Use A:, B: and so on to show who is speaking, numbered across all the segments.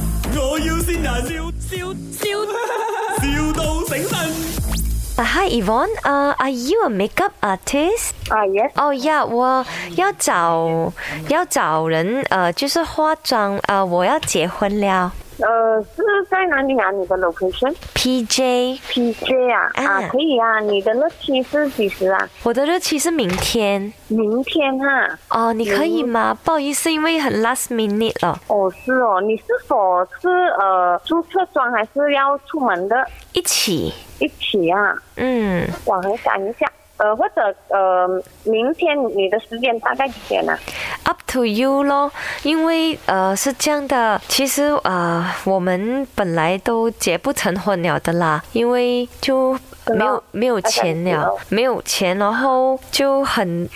A: 要先人，笑笑笑，,笑到醒神。
B: Uh, Hi Yvonne, uh, are you a makeup artist?
C: 啊耶！
B: 哦呀，我要找要找人，呃，就是化妆，呃，我要结婚了。
C: 呃，是在哪里啊？你的 location？PJ
B: PJ，
C: 啊？
B: 啊
C: 啊，可以啊。你的日期是几时啊？
B: 我的日期是明天。
C: 明天啊哈、
B: 哦，你可以吗？不好意思，因为很 last minute 了，
C: 哦，是哦。你是否是呃注册妆还是要出门的？
B: 一起。
C: 一起啊？
B: 嗯，
C: 我很赶一下。呃，或者呃，明天你的时间大概几点啊？
B: up to you 咯，因为呃是这样的，其实呃我们本来都结不成婚了的啦，因为就
C: 真
B: 没
C: 的
B: 有
C: 哦
B: 没有
C: 太感
B: 钱
C: 谢
B: 了
C: 了，
B: 没有钱，然后就很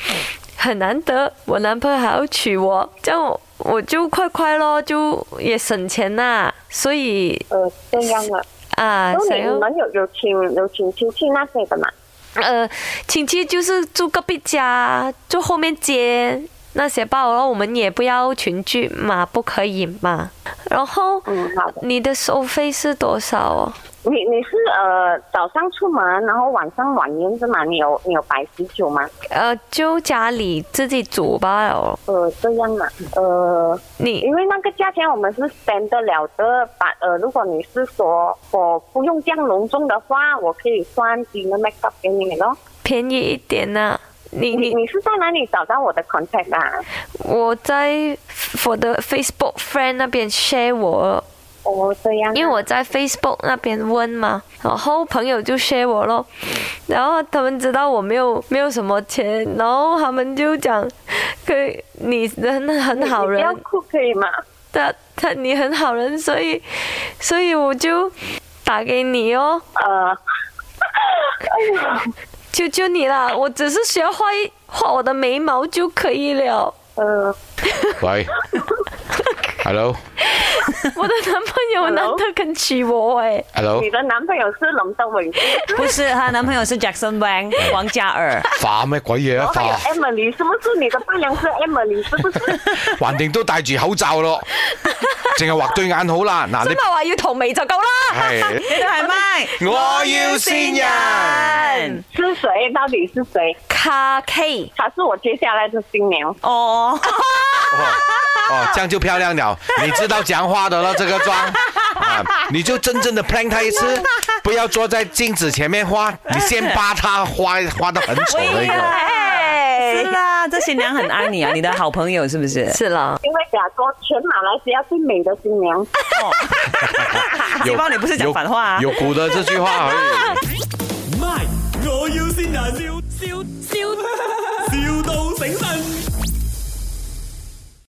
B: 很难得，我男朋友还要娶我，这样我我就快快咯，就也省钱啦，所以
C: 呃，这样啊。
B: 啊
C: 然后
B: 想
C: 你
B: 要
C: 你们有有请有请亲戚那些的嘛？
B: 呃亲戚就是住隔壁家，住后面街那些吧，然后我们也不要群聚嘛，不可以嘛，然后。
C: 嗯，好的。
B: 你的收费是多少哦？
C: 你你是呃早上出门，然后晚上晚宴是吗？你有你有摆喜酒吗？
B: 呃，就家里自己煮吧哦。
C: 呃，这样嘛，呃，
B: 你
C: 因为那个价钱我们是 stand 得了的，把呃，如果你是说我不用这样隆重的话，我可以算几个 make up 给你咯。
B: 便宜一点呐、你
C: 你
B: 你
C: 你是在哪里找到我的 contact 的、啊？
B: 我在我的 Facebook friend 那边 share 我，
C: 哦，这样啊、
B: 因为我在 Facebook 那边问嘛，然后朋友就 share 我咯，然后他们知道我没有没有什么钱，然后他们就讲，可以你人很好人
C: 你你，不要哭可以吗？
B: 他他你很好人，所以所以我就打给你哦。
C: 呃，
B: 求求你啦！我只是需要画一画我的眉毛就可以了。
C: 呃，
D: 喂，hello
B: 我的男朋友难得肯娶我哎，
D: hello，
C: 你的男朋友是龙德伟，
E: 不是，她男朋友是 Jackson Wang
D: 哎
E: 王嘉尔。
D: 化咩鬼嘢啊
E: 哦
C: 然后哦还有
D: 化，
C: Emily，是不是你的伴娘是 Emily？是不是？
D: 橫掂都戴住口罩 咯，淨係畫對眼好啦。嗱，
B: 真
D: 你
B: 係話要同眉就夠啦。
D: 係
E: 呢度係咪？
D: 我要先人。
C: 是谁？到底是谁？
B: 卡 K，
C: 她是我接下来的新娘。
E: 哦，
D: 哦，哦，这样就漂亮了。你知道讲话的了，这个妆，啊，你就真正的 plan 他一 次，不要坐在镜子前面画，你先扒他画，画的很丑 的一个。
B: 哎
E: 是啦，这新娘很爱 你啊，你的好朋友是不是？
B: 是啦，
C: 因为假说全马来西亚最美的新娘。
E: 希望你不是讲反话啊
D: 有有骨的这句话而已。哎